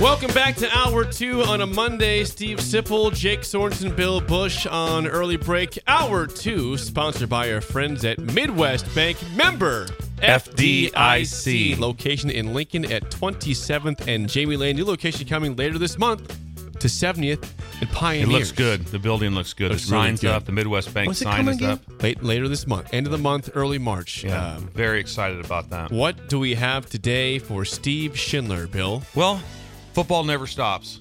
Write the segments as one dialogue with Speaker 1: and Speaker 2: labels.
Speaker 1: Welcome back to Hour Two on a Monday. Steve Sipple, Jake Sorensen, Bill Bush on early break. Hour Two, sponsored by our friends at Midwest Bank. Member FDIC. Location in Lincoln at 27th and Jamie Lane. New location coming later this month to 70th and Pioneer.
Speaker 2: It looks good. The building looks good.
Speaker 1: Looks
Speaker 2: the
Speaker 1: really
Speaker 2: sign's
Speaker 1: good.
Speaker 2: up. The Midwest Bank
Speaker 1: When's it
Speaker 2: sign
Speaker 1: coming
Speaker 2: is
Speaker 1: again?
Speaker 2: up.
Speaker 1: Late, later this month. End of the month, early March.
Speaker 2: Yeah,
Speaker 1: Um,
Speaker 2: very excited about that.
Speaker 1: what do we have today for Steve Schindler, Bill?
Speaker 2: Well, football never stops,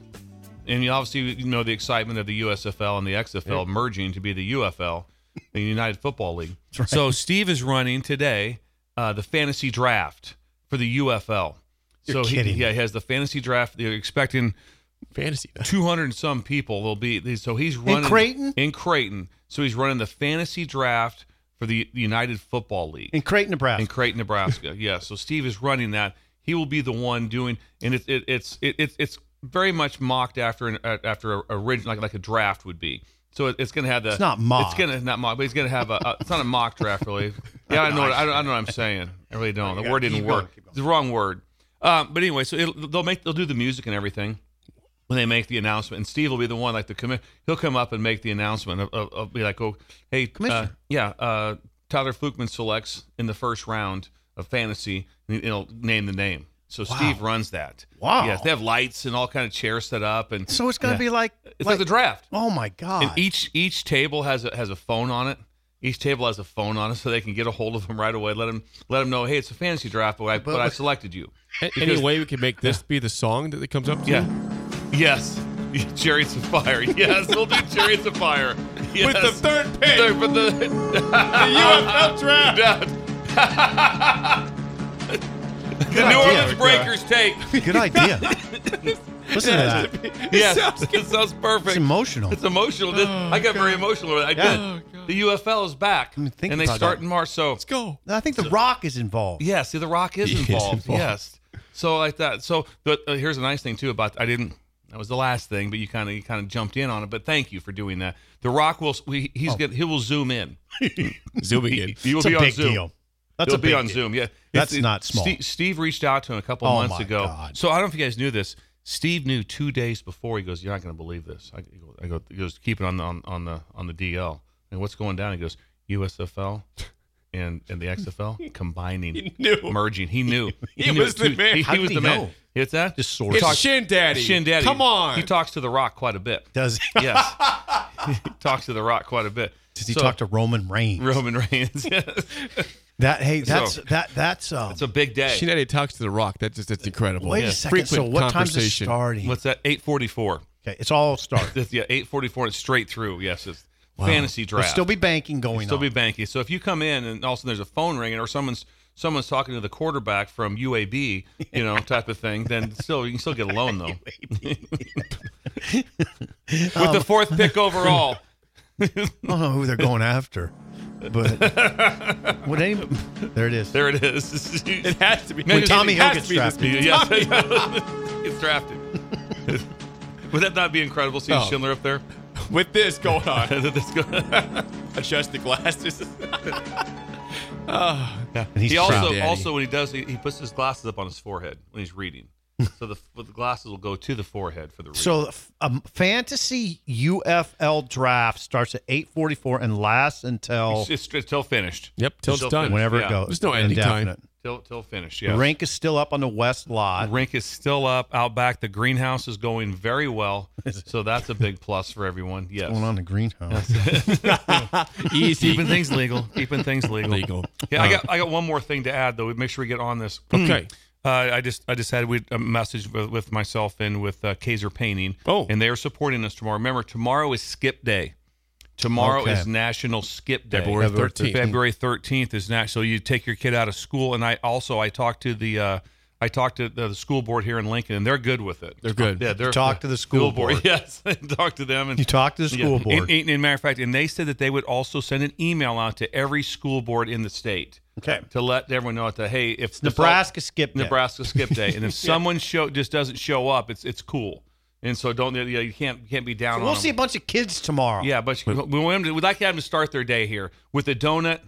Speaker 2: and you obviously you know the excitement of the USFL and the XFL merging to be the UFL, the United Football League. So Steve is running today uh, the fantasy draft for the UFL. so
Speaker 3: kidding.
Speaker 2: He, yeah, he has the fantasy draft. They're expecting
Speaker 1: Fantasy.
Speaker 2: two hundred and some people will be. So he's running
Speaker 3: Creighton?
Speaker 2: In Creighton. So he's running the fantasy draft for the the United Football League
Speaker 3: in Creighton, Nebraska.
Speaker 2: in Creighton, Nebraska. yeah. So Steve is running that. He will be the one doing, and it, it, it's it, it's it's very much mocked after an uh, after a original like like a draft would be. So it, it's going to have the.
Speaker 3: It's not mocked.
Speaker 2: It's going to not mock, but it's going to have a, a. It's not a mock draft, really. Yeah, I know. What, I, don't, I know what I'm saying. I really don't. The word didn't
Speaker 3: keep going,
Speaker 2: work.
Speaker 3: keep
Speaker 2: It's the wrong word. Um, but anyway, so it'll, they'll make they'll do the music and everything when they make the announcement, and Steve will be the one like the commi- he'll come up and make the announcement. Of, of, of be like, oh, hey, uh, yeah, uh, Tyler Flukman selects in the first round of fantasy, and he'll name the name. So Steve runs that.
Speaker 3: Wow.
Speaker 2: Yes, they have lights and all kind of chairs set up, and
Speaker 3: so it's going
Speaker 2: Yeah.
Speaker 3: to be like,
Speaker 2: it's like the draft.
Speaker 3: Oh my god!
Speaker 2: And each each table has a has a phone on it. Each table has a phone on it, so they can get a hold of them right away. Let them let them know, hey, it's a fantasy draft, but I, but I selected you.
Speaker 1: A- Any way we could make this be the song that it comes up to?
Speaker 2: Yeah. Yes. Chariots of Fire. Yes, we'll do Chariots of Fire. Yes.
Speaker 1: With the third pick,
Speaker 2: Third- with the,
Speaker 1: the UFL draft.
Speaker 2: the New
Speaker 3: idea.
Speaker 2: Orleans Breakers take.
Speaker 3: Good idea. Listen to that.
Speaker 2: Yes. It sounds perfect.
Speaker 3: It's emotional.
Speaker 2: It's emotional. This- I got very emotional. over that. I
Speaker 3: Yeah.
Speaker 2: did. the UFL is back.
Speaker 3: mean, think
Speaker 2: and they
Speaker 3: about
Speaker 2: start
Speaker 3: that.
Speaker 2: in March. So,
Speaker 1: Let's go.
Speaker 3: I think the Rock is involved.
Speaker 2: yeah, see, The Rock is
Speaker 1: He is
Speaker 2: involved.
Speaker 1: involved.
Speaker 2: Yes. So, like that. So, the, uh, here's a nice thing, too, about I didn't. That was the last thing, but you kind of you kind of jumped in on it. But thank you for doing that. The Rock will we, he's gonna, he will zoom in.
Speaker 1: Zoom
Speaker 2: He,
Speaker 1: again.
Speaker 2: he will
Speaker 3: It's a
Speaker 2: be on
Speaker 3: big
Speaker 2: Zoom.
Speaker 3: deal. That's
Speaker 2: It'll
Speaker 3: a big
Speaker 2: be on
Speaker 3: deal.
Speaker 2: Zoom. Yeah, It's-
Speaker 3: That's
Speaker 2: it-
Speaker 3: not small.
Speaker 2: Steve, Steve reached out to him a couple
Speaker 3: Oh
Speaker 2: months
Speaker 3: my
Speaker 2: ago.
Speaker 3: God.
Speaker 2: So I don't know if you guys knew this. Steve knew two days before. He goes, "You're not going to believe this." I go, I go, he goes, "Keep it on the on, on the on the DL." And what's going down? He goes, "USFL and and the XFL combining,
Speaker 1: He knew.
Speaker 2: merging." He knew.
Speaker 1: He was the man.
Speaker 2: He,
Speaker 3: How did
Speaker 2: was
Speaker 3: he
Speaker 2: the man.
Speaker 3: know?
Speaker 2: It's that. Just
Speaker 3: sort
Speaker 1: of. It's Shin Daddy.
Speaker 2: Shin Daddy.
Speaker 1: Come on.
Speaker 2: He talks to the Rock quite a bit.
Speaker 3: Does
Speaker 2: Yes. he talks to the Rock quite a bit.
Speaker 3: does he
Speaker 2: So-
Speaker 3: talk to Roman Reigns?
Speaker 2: Roman Reigns? Yes.
Speaker 3: That hey, that's
Speaker 2: So-
Speaker 3: that that's um,
Speaker 2: It's a big day.
Speaker 1: Shinetti talks to the Rock. That's just that's incredible.
Speaker 3: wait a second. So
Speaker 1: Frequent
Speaker 3: what time's it
Speaker 1: conversation.
Speaker 3: starting?
Speaker 2: What's that? Eight forty four.
Speaker 3: okay, it's all started.
Speaker 2: That's yeah, eight forty four. It's straight through. Yes, it's fantasy
Speaker 3: There'll
Speaker 2: draft.
Speaker 3: still be banking going
Speaker 2: still
Speaker 3: on.
Speaker 2: be banking. So if you come in and all of a sudden there's a phone ringing or someone's someone's talking to the quarterback from UAB, you know, type of thing, then still you can still get a Um, loan though. With the fourth pick overall.
Speaker 3: I don't know who they're going after, but what name? There it is.
Speaker 2: There it is. it
Speaker 1: has to be-
Speaker 2: No,
Speaker 3: When Tommy
Speaker 2: it
Speaker 3: Hill
Speaker 2: has
Speaker 3: gets
Speaker 2: to be this
Speaker 3: drafted.
Speaker 2: big. Yes. it's drafted. Would that not be incredible seeing
Speaker 1: Oh.
Speaker 2: Schindler up there?
Speaker 1: With this going on,
Speaker 2: That's good.
Speaker 1: adjust the glasses.
Speaker 3: And he's
Speaker 2: he
Speaker 3: proud.
Speaker 2: also
Speaker 1: Daddy.
Speaker 2: also when he does he, he puts his glasses up on his forehead when he's reading. so the, the glasses will go to the forehead for the read.
Speaker 3: So um, fantasy UFL draft starts at 8:44 and lasts until
Speaker 2: it's, it's, it's till finished.
Speaker 1: Yep, till
Speaker 2: Till
Speaker 1: it's done.
Speaker 2: finished.
Speaker 3: whenever
Speaker 2: yeah.
Speaker 3: it goes.
Speaker 1: There's no ending time.
Speaker 3: Indefinite.
Speaker 2: Till till finished.
Speaker 3: The
Speaker 2: Yeah.
Speaker 3: Rink is still up on the west lot.
Speaker 2: Rink is still up out back. The greenhouse is going very well, so that's a big plus for everyone. Yes,
Speaker 3: Going on the greenhouse.
Speaker 1: Easy.
Speaker 2: keeping things legal, keeping things legal.
Speaker 1: Legal.
Speaker 2: Yeah,
Speaker 3: Uh,
Speaker 2: I got I got one more thing to add though. We Make sure we get on this.
Speaker 1: Okay.
Speaker 2: Uh, I just I just had we a message with, with myself and with uh, Kaiser Painting.
Speaker 1: Oh.
Speaker 2: and they are supporting us tomorrow. Remember, tomorrow is Skip Day. Tomorrow
Speaker 3: Okay.
Speaker 2: is National Skip Day.
Speaker 1: February
Speaker 3: February
Speaker 1: 13th.
Speaker 2: February 13th is national. So you take your kid out of school, and I also I talked to the uh, I talked to the, the school board here in Lincoln, and they're good with it.
Speaker 1: They're good.
Speaker 2: Yeah, they're
Speaker 3: talk to the school board.
Speaker 2: Yes, talk to them. And,
Speaker 3: You talk to the
Speaker 2: Yeah.
Speaker 3: school board.
Speaker 2: And, and, and matter of fact, and they said that they would also send an email out to every school board in the state
Speaker 3: okay.
Speaker 2: to let everyone know that hey, if this all-
Speaker 3: Nebraska skip day.
Speaker 2: Nebraska skip day, and if someone show just doesn't show up, it's it's cool. And so don't you, know, you can't you can't be down.
Speaker 3: We'll
Speaker 2: on
Speaker 3: see a
Speaker 2: them.
Speaker 3: bunch of kids tomorrow.
Speaker 2: Yeah, but we want them to, we'd like to have them start their day here with a donut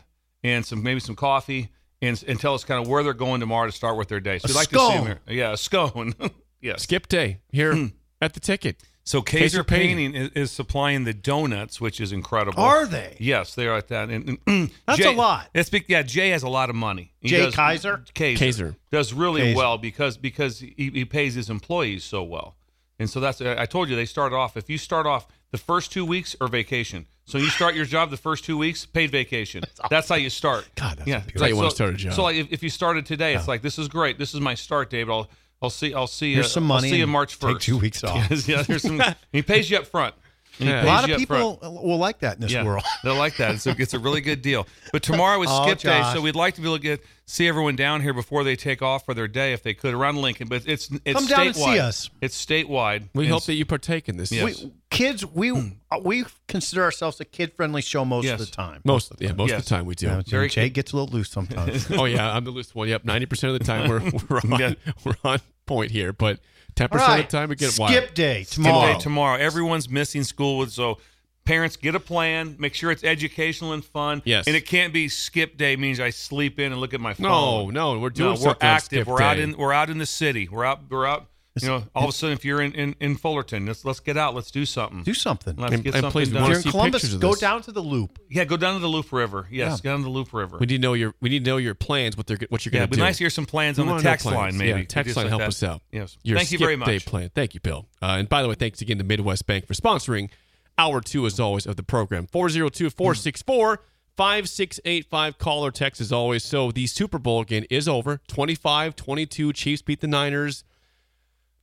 Speaker 2: and some maybe some coffee and, and tell us kind of where they're going tomorrow to start with their day. So
Speaker 3: A
Speaker 2: we'd like to see
Speaker 3: scone.
Speaker 2: them here. Yeah, a scone. yes.
Speaker 1: Skip day here at the ticket.
Speaker 2: So Kaiser
Speaker 1: Kaiser Painting.
Speaker 2: Painting is, is supplying the donuts, which is incredible.
Speaker 3: Are they?
Speaker 2: Yes, they are at that. And, and
Speaker 3: That's
Speaker 2: Jay-
Speaker 3: a lot.
Speaker 2: It's big, yeah. Jay has a lot of money. He
Speaker 3: Jay Kaiser?
Speaker 2: Kaiser
Speaker 1: Kaiser.
Speaker 2: does really
Speaker 3: Kaiser.
Speaker 2: well because because he, he pays his employees so well, and so that's I told you they start off. If you start off the first two weeks are vacation, so you start your job the first two weeks paid vacation. That's, how you start.
Speaker 3: God, that's
Speaker 2: it's
Speaker 3: beautiful.
Speaker 1: That's how you wanna
Speaker 2: so-
Speaker 1: start a job.
Speaker 2: So like if, if you started today, it's like this is great. This is my start, David. I'll I'll see I'll see
Speaker 3: Here's
Speaker 2: uh,
Speaker 3: some
Speaker 2: I'll
Speaker 3: money
Speaker 2: see you
Speaker 3: and
Speaker 2: March
Speaker 3: take
Speaker 2: first.
Speaker 3: two weeks off.
Speaker 2: Yes, yeah, there's some. he pays you up front. He
Speaker 3: A
Speaker 2: pays
Speaker 3: lot
Speaker 2: you
Speaker 3: of
Speaker 2: up front.
Speaker 3: people will like that in this
Speaker 2: Yeah,
Speaker 3: world.
Speaker 2: they like that. It's a, it's a really good deal. But tomorrow is
Speaker 3: Oh,
Speaker 2: skip day,
Speaker 3: Josh.
Speaker 2: so we'd like to be able to get see everyone down here before they take off for their day, if they could, around Lincoln. But it's it's
Speaker 3: Come
Speaker 2: statewide.
Speaker 3: down and see us.
Speaker 2: It's statewide.
Speaker 1: We
Speaker 2: And
Speaker 1: hope that you partake in this.
Speaker 2: Yes. Hmm.
Speaker 3: We, kids, we uh, we consider ourselves a kid friendly show most
Speaker 2: Yes.
Speaker 3: of the time.
Speaker 1: Most, yeah, most of
Speaker 2: Yes.
Speaker 1: the time we do.
Speaker 3: You know,
Speaker 2: Very
Speaker 3: Jay gets a little loose sometimes.
Speaker 1: oh yeah, I'm the loose one. Yep, ninety percent of the time we're we're on
Speaker 2: Yeah.
Speaker 1: we're on point here, but ten
Speaker 3: All
Speaker 1: percent
Speaker 3: right.
Speaker 1: of the time we get
Speaker 3: skip
Speaker 1: wild.
Speaker 3: day
Speaker 2: skip
Speaker 3: tomorrow.
Speaker 2: day tomorrow. Everyone's missing school, with so parents get a plan. Make sure it's educational and fun.
Speaker 1: Yes.
Speaker 2: and it can't be skip day means I sleep in and look at my
Speaker 1: No,
Speaker 2: phone.
Speaker 1: no, we're doing
Speaker 2: we're
Speaker 1: something on
Speaker 2: active.
Speaker 1: skip
Speaker 2: We're out
Speaker 1: day.
Speaker 2: in we're out in the city. We're out we're out. You know, all of a sudden, if you're in, in, in Fullerton, let's let's get out. Let's do something.
Speaker 3: Do something.
Speaker 2: Let's
Speaker 1: And-
Speaker 2: get
Speaker 1: and
Speaker 2: something
Speaker 1: please, we
Speaker 3: If
Speaker 2: done.
Speaker 1: wanna
Speaker 3: you're
Speaker 1: see
Speaker 3: in Columbus,
Speaker 1: pictures of
Speaker 3: go
Speaker 1: this.
Speaker 3: down to the loop.
Speaker 2: Yeah, go down to the Loop River. Yes, go down to the Loop River.
Speaker 1: We need to know your we need to know your plans. What they're what you're
Speaker 2: yeah,
Speaker 1: going
Speaker 2: it'd
Speaker 1: to
Speaker 2: be
Speaker 1: do.
Speaker 2: nice to hear some plans
Speaker 1: We
Speaker 2: on the
Speaker 1: wanna know
Speaker 2: text
Speaker 1: plans.
Speaker 2: line, maybe.
Speaker 1: Yeah, text
Speaker 2: Just
Speaker 1: line,
Speaker 2: like
Speaker 1: help
Speaker 2: that.
Speaker 1: us out.
Speaker 2: Yes.
Speaker 1: Your
Speaker 2: Thank you
Speaker 1: skip
Speaker 2: very much.
Speaker 1: Day plan. Thank you, Bill. Uh, and by the way, thanks again to Midwest Bank for sponsoring hour two, as always, of the program. 402 464 5685. Call or text, as always. So the Super Bowl again is over 25 22. Chiefs beat the Niners.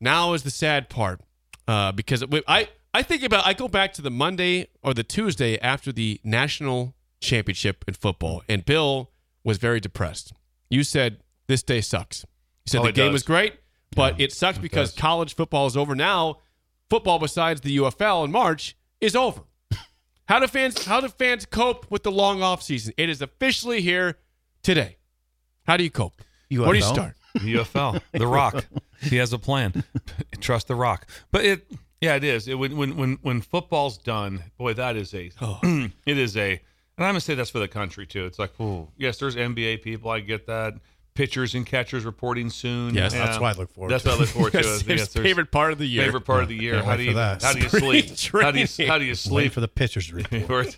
Speaker 1: Now is the sad part uh, because it- I, I think about I go back to the Monday or the Tuesday after the national championship in football, and Bill was very depressed. You said this day sucks. You said
Speaker 2: Oh,
Speaker 1: the
Speaker 2: it
Speaker 1: game
Speaker 2: does.
Speaker 1: was great, but it sucks because college football is over now. Football, besides the UFL in March, is over. How do fans how do fans cope with the long offseason? It is officially here today. How do you cope? Where do you
Speaker 3: UFL?
Speaker 1: start?
Speaker 2: UFL, The Rock. He has a plan. Trust The Rock. But it, yeah, it is. It, when when when when football's done, boy, that is a,
Speaker 3: Oh.
Speaker 2: it is a, and I'm gonna say that's for the country too. It's like, ooh, yes, there's NBA people. I get that. Pitchers and catchers reporting soon.
Speaker 1: Yes,
Speaker 3: that's what I look forward
Speaker 2: That's
Speaker 3: to.
Speaker 2: what I look forward to.
Speaker 1: That's
Speaker 2: is,
Speaker 1: his
Speaker 2: yes, there's-
Speaker 1: favorite part of the year.
Speaker 2: Favorite part of the year.
Speaker 3: Can't
Speaker 2: How
Speaker 3: wait
Speaker 2: do
Speaker 3: for
Speaker 2: you
Speaker 3: that.
Speaker 2: how do you sleep?
Speaker 1: Spring
Speaker 2: How do you
Speaker 1: training.
Speaker 2: how do you
Speaker 3: Wait
Speaker 2: sleep?
Speaker 3: for the pitchers to report.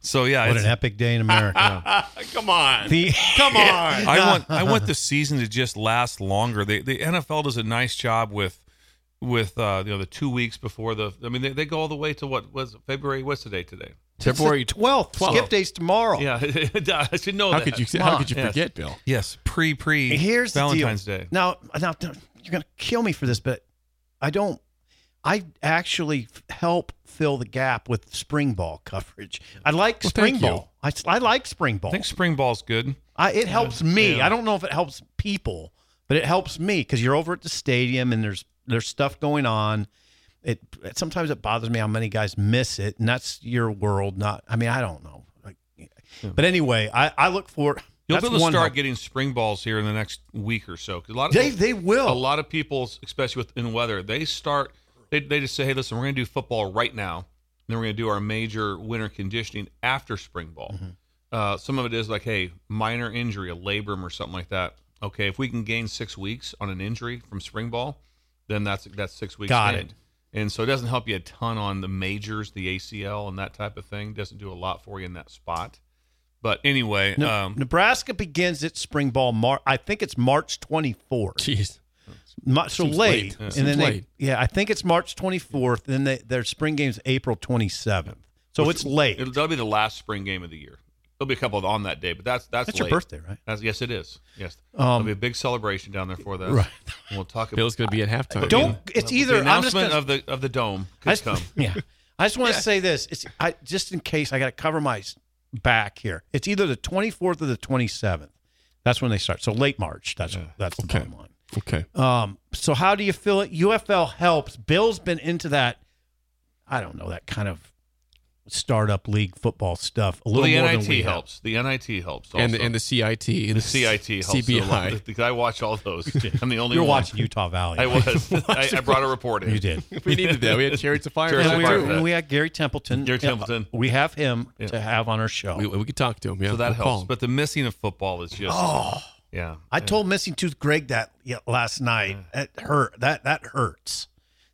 Speaker 2: so yeah,
Speaker 3: What
Speaker 2: it's-
Speaker 3: an epic day in America.
Speaker 1: Come on.
Speaker 3: the,
Speaker 1: Come on.
Speaker 2: I want I want the season to just last longer. They, the NFL does a nice job with with uh, you know the two weeks before the. I mean they, they go all the way to what was it, February? What's the date today?
Speaker 1: February
Speaker 3: 12th. Skip day's tomorrow.
Speaker 2: Yeah, I should know
Speaker 1: How
Speaker 2: Oh, that.
Speaker 1: could you
Speaker 2: Come
Speaker 1: how
Speaker 2: on.
Speaker 1: could you
Speaker 2: Yes.
Speaker 1: forget, Bill?
Speaker 2: Yes, pre pre
Speaker 3: Here's the deal.
Speaker 2: Valentine's Day.
Speaker 3: Now, now you're gonna kill me for this, but I don't. I actually f- help fill the gap with spring ball coverage. I like
Speaker 1: Well,
Speaker 3: spring
Speaker 1: thank you.
Speaker 3: ball. I, s- I like spring
Speaker 2: I
Speaker 3: ball.
Speaker 2: think spring ball's good.
Speaker 3: I, it helps me.
Speaker 2: Yeah.
Speaker 3: I don't know if it helps people, but it helps me because you're over at the stadium and there's there's stuff going on. It, it sometimes it bothers me how many guys miss it, and that's your world. Not, I mean, I don't know. Like, But anyway, I, I look for.
Speaker 2: Hmm. You'll
Speaker 3: that's
Speaker 2: be able to
Speaker 3: one
Speaker 2: start
Speaker 3: help.
Speaker 2: getting spring balls here in the next week or so. 'Cause a lot of
Speaker 3: They they will.
Speaker 2: a lot of people, especially with in weather, they start they, they just say, hey, listen, we're going to do football right now, and then we're going to do our major winter conditioning
Speaker 3: Mm-hmm.
Speaker 2: after spring ball. Uh, some of it is like, hey, minor injury, a labrum or something like that. Okay, if we can gain six weeks on an injury from spring ball, then that's that's six weeks.
Speaker 3: Got
Speaker 2: gained.
Speaker 3: it.
Speaker 2: And so it doesn't help you a ton on the majors, the ACL, and that type of thing. Doesn't do a lot for you in that spot. But anyway,
Speaker 3: Ne-
Speaker 2: um,
Speaker 3: Nebraska begins its spring ball. Mar- I think it's March 24th.
Speaker 1: Jeez.
Speaker 3: Mu- so
Speaker 1: Seems
Speaker 3: late,
Speaker 1: late. Yeah.
Speaker 3: and
Speaker 1: Seems
Speaker 3: then
Speaker 1: late.
Speaker 3: They, yeah, I think it's March 24th. Then they, their spring game's April 27th. So it's late.
Speaker 2: it'll, that'll be the last spring game of the year. There'll be a couple on that day, but that's that's,
Speaker 3: That's your
Speaker 2: late.
Speaker 3: birthday, right?
Speaker 2: That's, yes, it is. Yes,
Speaker 3: Um,
Speaker 2: there'll be a big celebration down there for that.
Speaker 3: Right.
Speaker 2: And we'll talk about
Speaker 1: Bill's going to be at halftime.
Speaker 3: Don't. It's either.
Speaker 2: the
Speaker 3: I'm just
Speaker 2: announcement
Speaker 3: gonna,
Speaker 2: of the of the dome.
Speaker 3: I
Speaker 2: Could
Speaker 3: just,
Speaker 2: come.
Speaker 3: Yeah. I just want to say this. It's I just in case I got to cover my s- back here. It's either the 24th or the 27th. That's when they start. So late March. That's that's the bottom line.
Speaker 1: Okay.
Speaker 3: Um, so how do you feel it? UFL helps. Bill's been into that. I don't know that kind of startup league football stuff a little
Speaker 2: the
Speaker 3: more
Speaker 2: NIT
Speaker 3: than we have.
Speaker 2: helps. The NIT helps. Also.
Speaker 1: And the, and the CIT. And
Speaker 2: The CIT helps. a lot.
Speaker 1: CBI.
Speaker 2: Because I watch all those. I'm the only
Speaker 3: You're
Speaker 2: one.
Speaker 3: watching Utah Valley.
Speaker 2: I was. I, I brought a report in.
Speaker 3: You did.
Speaker 1: we needed that. We had chariots of fire.
Speaker 2: Chariots
Speaker 3: And
Speaker 2: of
Speaker 3: we,
Speaker 2: fire.
Speaker 1: too.
Speaker 2: part that.
Speaker 3: and we had Gary Templeton. Uh,
Speaker 2: Gary Templeton.
Speaker 3: We have him
Speaker 2: Yeah.
Speaker 3: to have on our show.
Speaker 1: We, we could talk to him. Yeah.
Speaker 2: So that
Speaker 1: We'll call
Speaker 2: helps.
Speaker 1: him.
Speaker 2: But the missing of football is just. Oh. Yeah. Mm.
Speaker 3: I told Missing Tooth Greg that yeah, last night. That hurt. That that hurts.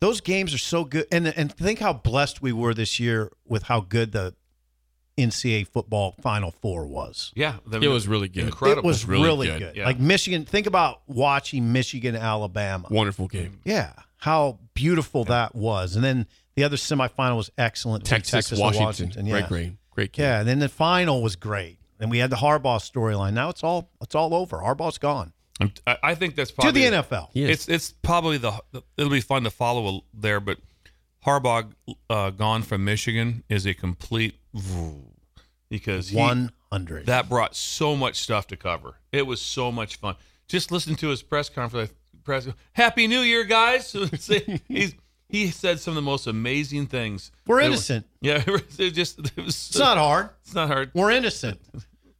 Speaker 3: those games are so good. And and think how blessed we were this year with how good the NCAA football Final Four was.
Speaker 2: Yeah. the-
Speaker 1: It was really good.
Speaker 2: Incredible.
Speaker 3: It was really,
Speaker 1: Really
Speaker 3: good.
Speaker 1: good,
Speaker 2: yeah.
Speaker 3: Like Michigan. Think about watching Michigan Alabama.
Speaker 1: Wonderful game.
Speaker 3: Yeah, how beautiful that was. And then the other semifinal was excellent.
Speaker 1: Texas,
Speaker 3: and
Speaker 1: Washington.
Speaker 3: Yeah.
Speaker 1: Great game. Great game.
Speaker 3: Yeah, and then the final was great. And we had the Harbaugh storyline. Now it's all it's all over. Harbaugh's gone
Speaker 2: I'm- I I think that's probably
Speaker 3: to the NFL.
Speaker 1: He is.
Speaker 2: It's it's probably the it'll be fun to follow there, but Harbaugh uh, gone from Michigan is a complete vroom, because he-
Speaker 3: One hundred.
Speaker 2: that brought so much stuff to cover. It was so much fun. Just listen to his press conference. Press, Happy New Year, guys! He's, he said some of the most amazing things.
Speaker 3: We're
Speaker 2: They were-
Speaker 3: innocent.
Speaker 2: yeah, it was it just it was,
Speaker 3: It's not hard.
Speaker 2: it's not hard.
Speaker 3: We're innocent.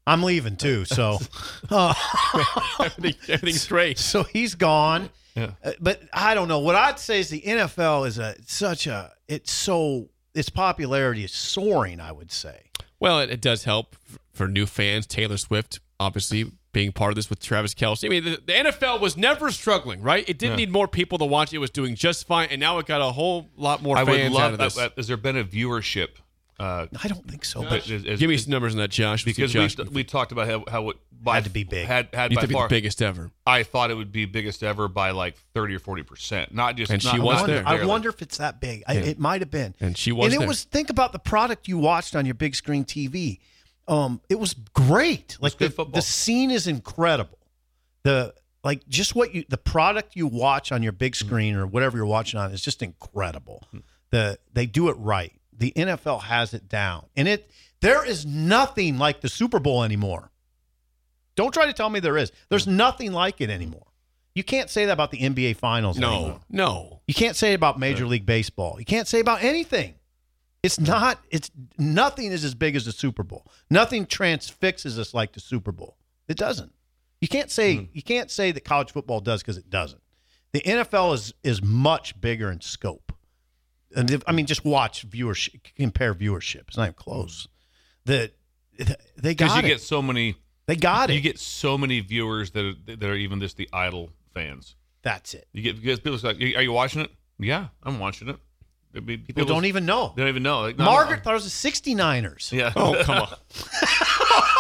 Speaker 3: I'm leaving too. So
Speaker 1: Everything, everything's great.
Speaker 3: so he's gone.
Speaker 2: Yeah.
Speaker 3: Uh, but I don't know. What I'd say is the NFL is a such a it's so its popularity is soaring. I would say.
Speaker 1: Well, it, it does help f- for new fans. Taylor Swift, obviously, being part of this with Travis Kelsey. I mean, the, the NFL was never struggling, right? It didn't need more people to watch. It was doing just fine, and now it got a whole lot more
Speaker 2: I
Speaker 1: fans
Speaker 2: would love.
Speaker 1: out of this.
Speaker 2: uh, has there been a viewership? Uh,
Speaker 3: I don't think so.
Speaker 2: that is- is-
Speaker 1: Give me some numbers on that, Josh. Let's see,
Speaker 2: because
Speaker 1: Josh,
Speaker 2: we, we talked about how, how it by,
Speaker 3: Had to be big.
Speaker 2: Had had
Speaker 1: you
Speaker 2: by
Speaker 1: think it's
Speaker 2: far.
Speaker 1: the biggest ever.
Speaker 2: I thought it would be biggest ever by like thirty or forty percent. Not just.
Speaker 1: And
Speaker 2: not,
Speaker 1: she
Speaker 3: I
Speaker 1: was
Speaker 2: not
Speaker 3: wonder,
Speaker 1: there.
Speaker 3: I
Speaker 2: barely.
Speaker 3: wonder if it's that big. I, It might have been.
Speaker 1: And she was
Speaker 3: And it
Speaker 1: there.
Speaker 3: was. Think about the product you watched on your big screen TV. Um, it was great. Like
Speaker 2: good
Speaker 3: the,
Speaker 2: football.
Speaker 3: the scene is incredible. The like just what you the product you watch on your big
Speaker 1: Hmm.
Speaker 3: screen or whatever you're watching on is just incredible. The they do it right. The NFL has it down, and it there is nothing like the Super Bowl anymore. Don't try to tell me there is. There's
Speaker 1: Hmm.
Speaker 3: nothing like it anymore. You can't say that about the NBA Finals. anymore.
Speaker 1: No, no.
Speaker 3: You can't say it about Major League Baseball. You can't say about anything. It's not. It's nothing is as big as the Super Bowl. Nothing transfixes us like the Super Bowl. It doesn't. You can't say
Speaker 2: Hmm.
Speaker 3: you can't say that college football does because it doesn't. The NFL is is much bigger in scope, and if, I mean just watch viewership, compare viewership. It's not even close. That they
Speaker 2: Because
Speaker 3: got
Speaker 2: you
Speaker 3: it.
Speaker 2: get so many,
Speaker 3: they got it.
Speaker 2: you get so many viewers that are, that are even just the idle fans.
Speaker 3: That's it.
Speaker 2: You get because people are like, "Are you watching it?" Yeah, I'm watching it. I mean,
Speaker 3: People don't even know.
Speaker 2: they don't even know. Like, no,
Speaker 3: Margaret thought it was the 69ers.
Speaker 2: no, yeah.
Speaker 1: Oh, come on.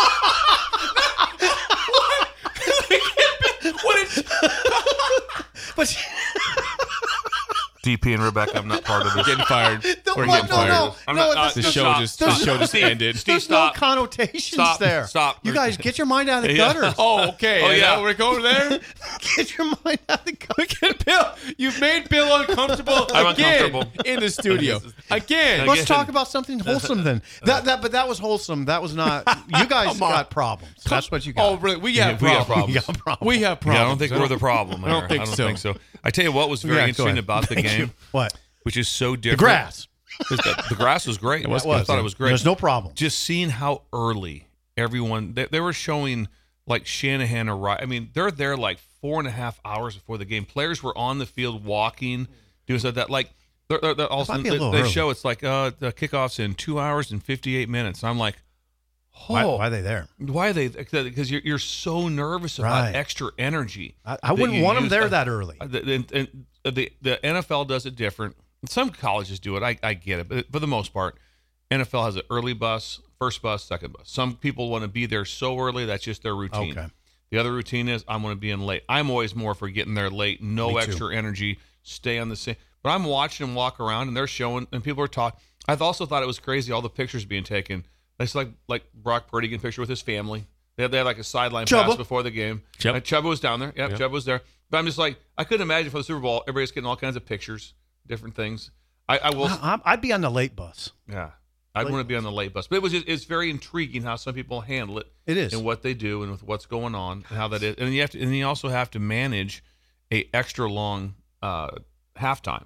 Speaker 3: But she-
Speaker 2: DP and Rebecca, I'm not part of this.
Speaker 1: Getting fired.
Speaker 3: Don't-
Speaker 1: We're getting
Speaker 3: what? No,
Speaker 1: fired.
Speaker 3: no.
Speaker 2: I'm
Speaker 3: No,
Speaker 2: not,
Speaker 3: that's-
Speaker 2: uh,
Speaker 1: The show
Speaker 2: stop,
Speaker 1: just, the
Speaker 2: stop.
Speaker 1: show just
Speaker 2: Steve,
Speaker 1: ended.
Speaker 2: Steve,
Speaker 3: there's no
Speaker 2: stop.
Speaker 3: connotations
Speaker 2: Stop.
Speaker 3: there.
Speaker 2: Stop.
Speaker 3: You guys get your mind out of the
Speaker 2: Yeah.
Speaker 3: gutters.
Speaker 1: Oh, okay.
Speaker 2: Oh,
Speaker 1: Oh,
Speaker 2: yeah.
Speaker 1: yeah. We're going there.
Speaker 3: Get your mind out of the gutters.
Speaker 1: Bill, you've made Bill uncomfortable
Speaker 2: I'm
Speaker 1: again
Speaker 2: uncomfortable.
Speaker 1: in the studio. Again.
Speaker 3: Let's
Speaker 2: Again.
Speaker 3: talk about something wholesome then. That that but that was wholesome. That was not you guys got problems. That's what you got.
Speaker 1: Oh, really? We have
Speaker 2: we
Speaker 1: problems.
Speaker 2: have problems.
Speaker 3: You got problems.
Speaker 1: We have problems.
Speaker 2: Yeah, I don't think we're the problem.
Speaker 1: I don't
Speaker 2: there.
Speaker 1: think
Speaker 2: I don't
Speaker 1: so.
Speaker 2: think so. I tell you what was very
Speaker 3: Yeah, go
Speaker 2: interesting
Speaker 3: ahead.
Speaker 2: about the
Speaker 3: Thank
Speaker 2: game,
Speaker 3: you. What?
Speaker 2: which is so
Speaker 3: The
Speaker 2: different.
Speaker 3: grass.
Speaker 2: is that the grass was great.
Speaker 3: was
Speaker 2: I thought
Speaker 3: good.
Speaker 2: it was great.
Speaker 3: There's no problem.
Speaker 2: Just seeing how early everyone they, they were showing like Shanahan arrived. I mean, they're there like four and a half hours before the game. Players were on the field walking, doing stuff that like they're, they're, they're also
Speaker 3: might be a
Speaker 2: they,
Speaker 3: little
Speaker 2: they
Speaker 3: early.
Speaker 2: show it's like uh the kickoffs in two hours and fifty eight minutes. I'm like, oh,
Speaker 3: Why, why are they there?
Speaker 2: why are they? Because you're, you're so nervous about
Speaker 3: Right.
Speaker 2: extra energy.
Speaker 3: I- I
Speaker 2: that
Speaker 3: wouldn't
Speaker 2: you
Speaker 3: want 'em
Speaker 2: use-
Speaker 3: there that early.
Speaker 2: Uh, the- And, and the the NFL does it different. Some colleges do it. I, I get it, but for the most part, NFL has an early bus, first bus, second bus. Some people want to be there so early that's just their routine.
Speaker 3: Okay.
Speaker 2: The other routine is I'm going to be in late. I'm always more for getting there late, no
Speaker 3: Me too.
Speaker 2: extra energy, stay on the same. But I'm watching them walk around, and they're showing, and people are talking. I've also thought it was crazy all the pictures being taken. It's like like Brock Purdy getting a picture with his family. They had, they had like a sideline pass
Speaker 3: Chubba.
Speaker 2: before the game.
Speaker 1: Chubb.
Speaker 2: Uh, Chubb was down there. Yep, Chubb was there. But I'm just like I couldn't imagine for the Super Bowl, everybody's getting all kinds of pictures, different things. I, I will.
Speaker 3: I, I'd be on the late bus.
Speaker 2: Yeah. I want to be on the late bus, but it was just, it's very intriguing how some people handle it.
Speaker 3: It is.
Speaker 2: and what they do and with what's going on and how that is, and you have to, and you also have to manage a extra long uh, halftime.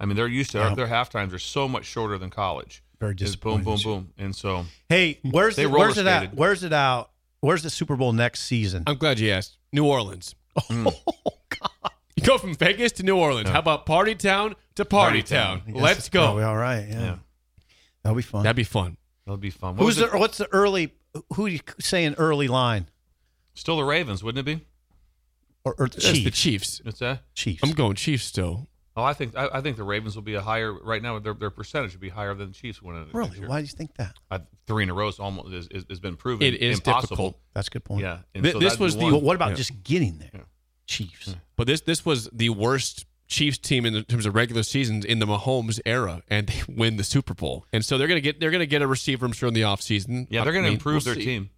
Speaker 2: I mean, they're used to their their halftimes are so much shorter than college.
Speaker 3: Very
Speaker 2: It's boom, boom,
Speaker 3: disappointing.
Speaker 2: boom, and so
Speaker 3: Hey, where's
Speaker 2: They
Speaker 3: the, where's it
Speaker 2: roller
Speaker 3: at?
Speaker 2: skated.
Speaker 3: Where's it out? Where's the Super Bowl next season?
Speaker 1: I'm glad you asked. New Orleans. Oh,
Speaker 2: Hmm.
Speaker 1: God. You go from Vegas to New Orleans. How about Party Town to Party,
Speaker 2: Party Town.
Speaker 1: Town?
Speaker 3: I guess
Speaker 1: Let's
Speaker 3: it's
Speaker 1: go.
Speaker 3: probably all right. Yeah.
Speaker 2: Yeah.
Speaker 3: That'll be fun.
Speaker 1: That'd be fun.
Speaker 2: that'll be fun. What
Speaker 3: Who's
Speaker 2: was
Speaker 3: the, what's the early who do you say an early line?
Speaker 2: it? still the Ravens? Wouldn't it be?
Speaker 3: Or, or
Speaker 1: That's the
Speaker 3: Chiefs.
Speaker 1: Chiefs.
Speaker 2: It's that.
Speaker 3: Chiefs.
Speaker 1: I'm going Chiefs still.
Speaker 2: Oh, I think I, I think the Ravens will be a higher right now. Their, their percentage would be higher than the Chiefs winning. it next
Speaker 3: really?
Speaker 2: year.
Speaker 3: Why do you think that?
Speaker 2: I, three in a row is almost is, is, has been proven.
Speaker 1: It is
Speaker 2: impossible.
Speaker 1: difficult.
Speaker 3: That's a good point.
Speaker 2: Yeah,
Speaker 1: Th- this
Speaker 2: that'd be
Speaker 1: was the-
Speaker 2: one.
Speaker 3: But what about
Speaker 1: Yeah.
Speaker 3: just getting there? Chiefs.
Speaker 1: But this this was the worst Chiefs team in, the, in terms of regular seasons in the Mahomes era, and they win the Super Bowl. And so they're gonna get they're gonna get a receiver, I'm sure, in the offseason.
Speaker 2: Yeah, they're going to
Speaker 1: I mean,
Speaker 2: improve
Speaker 1: we'll
Speaker 2: their
Speaker 1: see.
Speaker 2: team.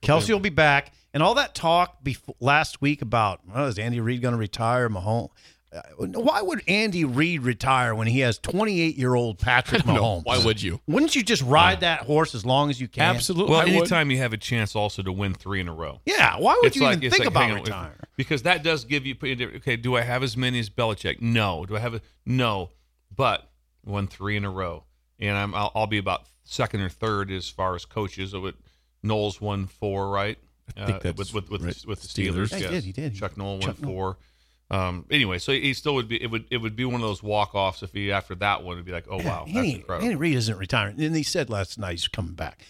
Speaker 3: Kelsey will be back, and all that talk before, last week about oh, is Andy Reid going to retire? Mahomes. Uh, Why would Andy Reid retire when he has 28 year old Patrick
Speaker 1: No,
Speaker 3: Mahomes?
Speaker 1: why would you?
Speaker 3: Wouldn't you just ride that horse as long as you can?
Speaker 1: Absolutely.
Speaker 2: Well,
Speaker 1: I would.
Speaker 2: anytime you have a chance also to win three in a row,
Speaker 3: Yeah. Why would
Speaker 2: it's
Speaker 3: you
Speaker 2: like
Speaker 3: even
Speaker 2: it's
Speaker 3: think
Speaker 2: like,
Speaker 3: about
Speaker 2: hang on, if-
Speaker 3: retiring?
Speaker 2: because that does give you. Okay, do I have as many as Belichick? No. Do I have a no? But won three in a row, and I'm I'll, I'll be about second or third as far as coaches. So it, Knowles won four, right? I
Speaker 1: think that's
Speaker 2: with with with,
Speaker 1: right.
Speaker 2: the, with the
Speaker 1: Steelers.
Speaker 2: Steelers.
Speaker 3: Yeah, he
Speaker 2: yes.
Speaker 3: did, he did.
Speaker 2: Chuck Knoll won
Speaker 3: Chuck Knoll.
Speaker 2: four. Um, anyway, so he still would be. It would it would be one of those walk offs if he after that one would be like, oh wow, that's
Speaker 3: Andy,
Speaker 2: incredible.
Speaker 3: Andy Reid isn't retiring, and he said last night he's coming back.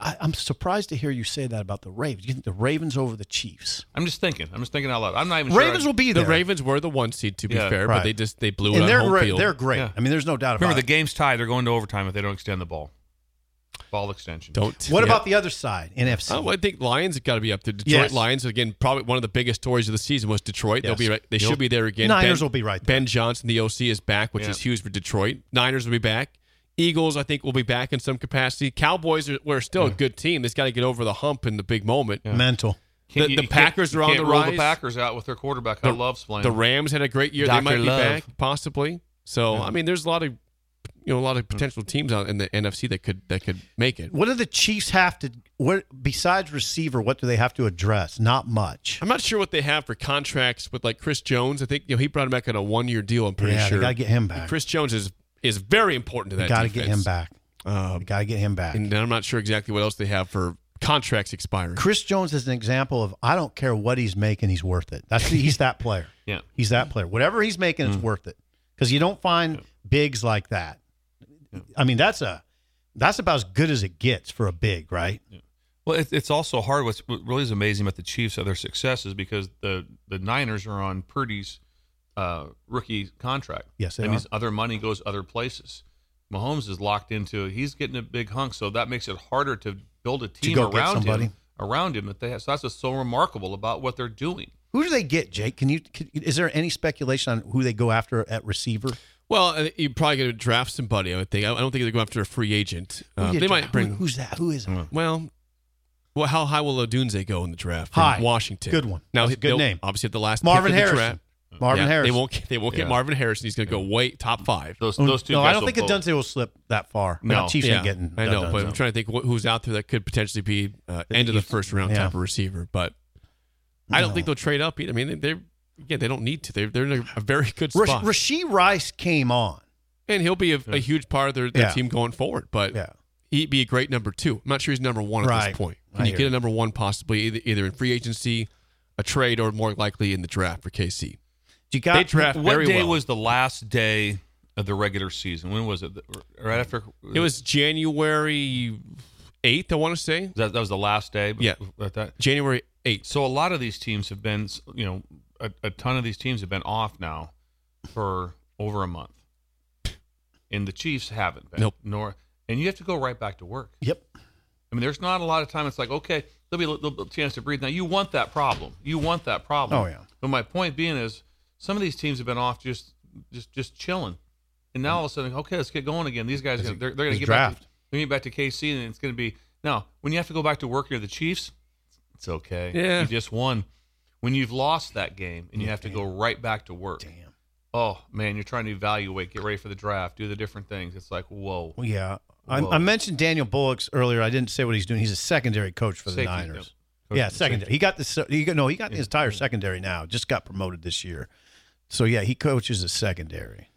Speaker 3: I, I'm surprised to hear you say that about the Ravens. You think the Ravens over the Chiefs?
Speaker 2: I'm just thinking. I'm just thinking out loud. I'm not even
Speaker 3: Ravens
Speaker 2: sure.
Speaker 3: will be
Speaker 1: the
Speaker 3: there.
Speaker 1: Ravens were the one seed to be
Speaker 2: Yeah,
Speaker 1: fair,
Speaker 3: right.
Speaker 1: but they just they blew it
Speaker 3: and
Speaker 1: on
Speaker 3: they're
Speaker 1: home
Speaker 3: re-
Speaker 1: field.
Speaker 3: they're great.
Speaker 2: Yeah.
Speaker 3: I mean, there's no doubt
Speaker 2: I,
Speaker 3: about
Speaker 2: remember
Speaker 3: it.
Speaker 2: the game's tied. They're going to overtime if they don't extend the ball. Ball extension.
Speaker 1: Don't.
Speaker 3: What
Speaker 1: yeah.
Speaker 3: about the other side, NFC?
Speaker 1: Oh, I think Lions have got to be up there. Detroit
Speaker 3: Yes.
Speaker 1: Lions again, probably one of the biggest stories of the season was Detroit. They'll
Speaker 3: Yes.
Speaker 1: be right, they should be there again.
Speaker 3: Niners will be right there.
Speaker 1: Ben Johnson, the OC, is back, which
Speaker 2: Yeah.
Speaker 1: is huge for Detroit. Niners will be back. Eagles, I think, will be back in some capacity. Cowboys are, were still a good team. They've got to get over the hump in the big moment.
Speaker 3: Mental.
Speaker 2: Can't-
Speaker 1: The-
Speaker 2: you-
Speaker 1: the
Speaker 2: you
Speaker 1: Packers
Speaker 2: can't-
Speaker 1: are on
Speaker 2: you can't
Speaker 1: the
Speaker 2: roll
Speaker 1: rise.
Speaker 2: The Packers out with their quarterback. I love playing.
Speaker 1: The Rams had a great year.
Speaker 2: Dr.
Speaker 1: They might be
Speaker 2: Love.
Speaker 1: back, possibly. So I mean, there's a lot of you know a lot of potential teams out in the NFC that could that could make it.
Speaker 3: What do the Chiefs have to? What besides receiver? What do they have to address? Not much.
Speaker 1: I'm not sure what they have for contracts with like Chris Jones. I think you know he brought him back on a one year deal. I'm pretty
Speaker 3: yeah,
Speaker 1: sure.
Speaker 3: they gotta get him back.
Speaker 1: Chris Jones is is very important to
Speaker 3: they
Speaker 1: that.
Speaker 3: gotta
Speaker 1: defense.
Speaker 3: get him back.
Speaker 1: Um, uh,
Speaker 3: They gotta get him back.
Speaker 1: and I'm not sure exactly what else they have for contracts expiring.
Speaker 3: Chris Jones is an example of I don't care what he's making, he's worth it. That's he's that player.
Speaker 2: Yeah.
Speaker 3: he's that player. Whatever he's making,
Speaker 1: Mm.
Speaker 3: it's worth it because you don't find bigs like that. I mean, that's a that's about as good as it gets for a big, right?
Speaker 2: Well, it, it's also hard. What's, what really is amazing about the Chiefs' other success is because the the Niners are on Purdy's uh, rookie contract.
Speaker 3: Yes, they
Speaker 2: that
Speaker 3: are.
Speaker 2: means other money goes other places. Mahomes is locked into. He's getting a big hunk, so that makes it harder to build a team
Speaker 3: go get
Speaker 2: around
Speaker 3: somebody.
Speaker 2: him. Around him, that they have. So that's what's so remarkable about what they're doing.
Speaker 3: Who do they get, Jake? Can you? Can, is there any speculation on who they go after at receiver?
Speaker 1: Well, uh, you're probably going to draft somebody. I would think. I I don't think they're going after a free agent.
Speaker 3: Who
Speaker 1: Uh,
Speaker 3: do you
Speaker 1: they
Speaker 3: get?
Speaker 1: might
Speaker 3: Who-
Speaker 1: bring. Hmm.
Speaker 3: who's that? Who is it?
Speaker 1: Well, well, how high will Odunze go in the draft? from
Speaker 3: High.
Speaker 1: Washington.
Speaker 3: Good one.
Speaker 1: Now,
Speaker 3: That's a good
Speaker 1: they'll
Speaker 3: name.
Speaker 1: Obviously, at the last pick
Speaker 3: Marvin
Speaker 1: of the
Speaker 3: Harrison.
Speaker 1: draft-
Speaker 3: Marvin
Speaker 1: Yeah,
Speaker 3: Harris.
Speaker 1: They won't. They won't
Speaker 2: Yeah.
Speaker 1: get Marvin Harrison. He's going to go way top five.
Speaker 2: Those those two.
Speaker 3: no,
Speaker 2: guys
Speaker 3: I don't
Speaker 2: will
Speaker 3: think it
Speaker 2: both-
Speaker 3: Dunze will slip that far.
Speaker 2: No.
Speaker 3: Chiefs ain't getting.
Speaker 1: Oh, I know,
Speaker 3: Dunze.
Speaker 1: but I'm trying to think wh- who's out there that could potentially be uh, end of the first round
Speaker 3: yeah.
Speaker 1: type of receiver. But I don't think they'll trade up. either. I mean, they yeah, they don't need to. They're they're in a, a very good
Speaker 3: Rash-
Speaker 1: spot,
Speaker 3: Rasheed Rice came on.
Speaker 1: and he'll be a, a huge part of their, their
Speaker 3: Yeah.
Speaker 1: team going forward. But
Speaker 3: Yeah.
Speaker 1: he'd be a great number two. I'm not sure he's number one at
Speaker 3: Right.
Speaker 1: this point.
Speaker 3: I
Speaker 1: Can you
Speaker 3: hear
Speaker 1: get
Speaker 3: you.
Speaker 1: a number one possibly either, either in free agency, a trade, or more likely in the draft for KC?
Speaker 3: You got
Speaker 1: They draft-
Speaker 2: What
Speaker 1: very
Speaker 2: day
Speaker 1: well.
Speaker 2: was the last day of the regular season? When was it? The- Right after
Speaker 1: It was January eighth, I want to say.
Speaker 2: That, that was the last day.
Speaker 1: Yeah.
Speaker 2: At that.
Speaker 1: January eighth.
Speaker 2: So a lot of these teams have been, you know, a, a ton of these teams have been off now for over a month, and the Chiefs haven't been.
Speaker 1: Nope.
Speaker 2: Nor and you have to go right back to work.
Speaker 3: Yep.
Speaker 2: I mean, there's not a lot of time. It's like okay, there'll be a little, little chance to breathe. Now you want that problem. You want that problem.
Speaker 3: Oh, yeah.
Speaker 2: But my point being is, some of these teams have been off just just just chilling, and now all of a sudden, okay, let's get going again. These guys, gonna, they're, they're going
Speaker 3: it's
Speaker 2: to get back.
Speaker 3: draft.
Speaker 2: To, they're going to get back to KC, and it's going to be now when you have to go back to work near the Chiefs. It's okay.
Speaker 1: Yeah.
Speaker 2: You just won. When you've lost that game and you have to go right back to work. Damn. Oh man, you're trying to evaluate, get ready for the draft, do the different things. It's like whoa.
Speaker 3: Well, yeah. I,
Speaker 2: Whoa.
Speaker 3: I mentioned Daniel Bullocks earlier. I didn't say what he's doing. He's a secondary coach for the
Speaker 2: Safety,
Speaker 3: Niners.
Speaker 2: yep.
Speaker 3: Yeah,
Speaker 2: Coach-
Speaker 3: secondary. He got the he got, no, he got the entire secondary now. Just got promoted this year. So yeah, he coaches the secondary.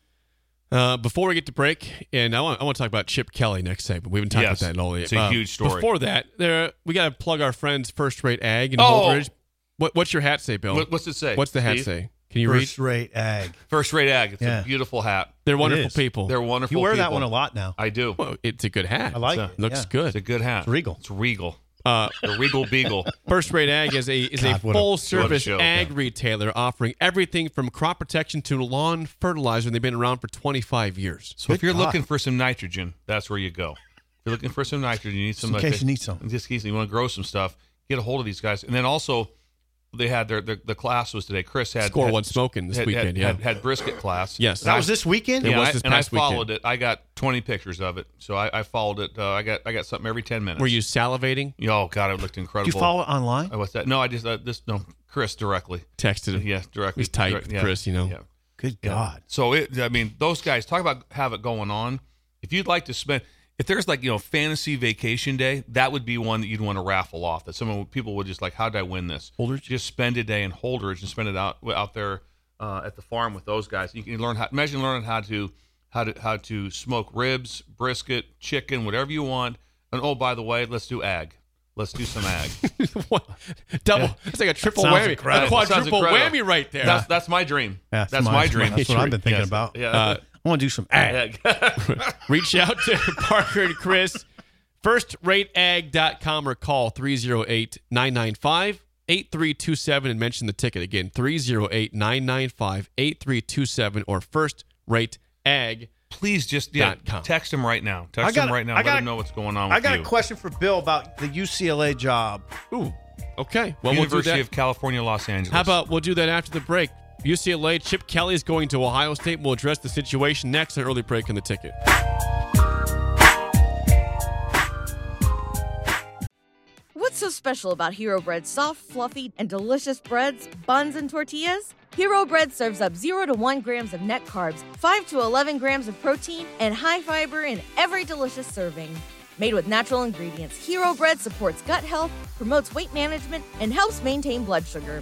Speaker 1: Uh, before we get to break, and I want, I want to talk about Chip Kelly next segment. We haven't talked
Speaker 2: Yes.
Speaker 1: about that in all yet.
Speaker 2: It's a
Speaker 1: Uh,
Speaker 2: huge story.
Speaker 1: Before that, there we got to plug our friends First Rate Ag and
Speaker 2: Oh!
Speaker 1: Holdridge. What, what's your hat say, Bill?
Speaker 2: What- what's it say,
Speaker 1: What's the hat
Speaker 2: Steve?
Speaker 1: say? Can you
Speaker 3: First
Speaker 1: read?
Speaker 3: rate ag.
Speaker 2: First rate ag. It's
Speaker 3: Yeah.
Speaker 2: a beautiful hat.
Speaker 1: They're wonderful
Speaker 3: is.
Speaker 1: people.
Speaker 2: They're wonderful.
Speaker 3: You wear that
Speaker 2: people.
Speaker 3: one a lot now.
Speaker 2: I do.
Speaker 1: well, it's a good hat.
Speaker 3: I like
Speaker 1: It's, uh,
Speaker 3: it,
Speaker 1: Looks
Speaker 3: yeah.
Speaker 1: good.
Speaker 2: It's a good hat.
Speaker 3: It's regal.
Speaker 2: It's regal.
Speaker 1: uh,
Speaker 2: The regal beagle.
Speaker 1: First Rate Ag is a is a
Speaker 3: God, what a-
Speaker 1: full service
Speaker 2: show,
Speaker 1: ag
Speaker 2: yeah.
Speaker 1: retailer offering everything from crop protection to lawn fertilizer. And they've been around for 25 years.
Speaker 2: So if
Speaker 3: Good
Speaker 2: you're
Speaker 3: God.
Speaker 2: looking for some nitrogen, that's where you go. If you're looking for some nitrogen, you need some.
Speaker 3: in
Speaker 2: like
Speaker 3: case
Speaker 2: that-
Speaker 3: you need some.
Speaker 2: Just in case you want to grow some stuff, get a hold of these guys. And then also, they had their, their the class was today. Chris had
Speaker 1: Score
Speaker 2: had-
Speaker 1: one smoking this
Speaker 2: had-
Speaker 1: weekend,
Speaker 2: Had,
Speaker 1: yeah.
Speaker 2: had, had brisket class.
Speaker 1: Yes.
Speaker 3: That was this weekend?
Speaker 1: It
Speaker 2: Yeah,
Speaker 1: was
Speaker 2: I-
Speaker 1: this
Speaker 2: and I
Speaker 1: past weekend.
Speaker 2: followed it. I got 20 pictures of it, so I, I followed it. Uh, I got I got something every 10 minutes.
Speaker 1: Were you salivating?
Speaker 2: Oh God, it looked
Speaker 3: Do
Speaker 2: incredible.
Speaker 3: you follow it online?
Speaker 2: Oh, what's that? No, I just uh, this no Chris directly.
Speaker 1: Texted him.
Speaker 2: Yes, directly.
Speaker 1: He's tight,
Speaker 2: direct- yeah,
Speaker 1: Chris, you know.
Speaker 2: Yeah.
Speaker 3: Good
Speaker 2: Yeah.
Speaker 3: God.
Speaker 2: So it, I mean, those guys talk about have it going on. If you'd like to spend, if there's like you know fantasy vacation day, that would be one that you'd want to raffle off. That someone people would just like, how did I win this?
Speaker 3: Holdridge?
Speaker 2: Just spend a day in Holdridge and spend it out out there uh, at the farm with those guys. You can learn how. Imagine learning how to how to how to smoke ribs, brisket, chicken, whatever you want. And oh, by the way, let's do ag. Let's do some ag.
Speaker 1: What? Double. It's like a triple
Speaker 3: Sounds
Speaker 1: whammy,
Speaker 3: incredible.
Speaker 1: a
Speaker 2: That sounds
Speaker 1: quadruple
Speaker 2: incredible.
Speaker 1: whammy right there.
Speaker 2: That's that's my dream.
Speaker 3: Yeah,
Speaker 2: that's my dream.
Speaker 3: That's what I've been thinking
Speaker 2: Yes.
Speaker 3: about.
Speaker 2: Yeah.
Speaker 1: Uh,
Speaker 3: I want to do some ag.
Speaker 1: Reach out to Parker and Chris, firstrateag.com or call 308 995 8327 and mention the ticket again 308 995 8327 or firstrateag.com.
Speaker 2: Please just yeah,
Speaker 1: Dot com.
Speaker 2: text him right now.
Speaker 3: I
Speaker 2: Text
Speaker 3: got
Speaker 2: him
Speaker 3: a-
Speaker 2: right now.
Speaker 3: I
Speaker 2: Let
Speaker 3: got
Speaker 2: him
Speaker 3: a-
Speaker 2: know what's going on.
Speaker 3: I
Speaker 2: with
Speaker 3: got
Speaker 2: you.
Speaker 3: a question for Bill about the UCLA job.
Speaker 1: Ooh. Okay. Well, we'll do
Speaker 2: University
Speaker 1: that.
Speaker 2: of California, Los Angeles.
Speaker 1: How about we'll do that after the break? UCLA, Chip Kelly is going to Ohio State. We'll address the situation next on early break in the ticket.
Speaker 4: What's so special about Hero Bread's soft, fluffy, and delicious breads, buns, and tortillas? Hero Bread serves up 0 to 1 grams of net carbs, 5 to 11 grams of protein, and high fiber in every delicious serving. Made with natural ingredients, Hero Bread supports gut health, promotes weight management, and helps maintain blood sugar.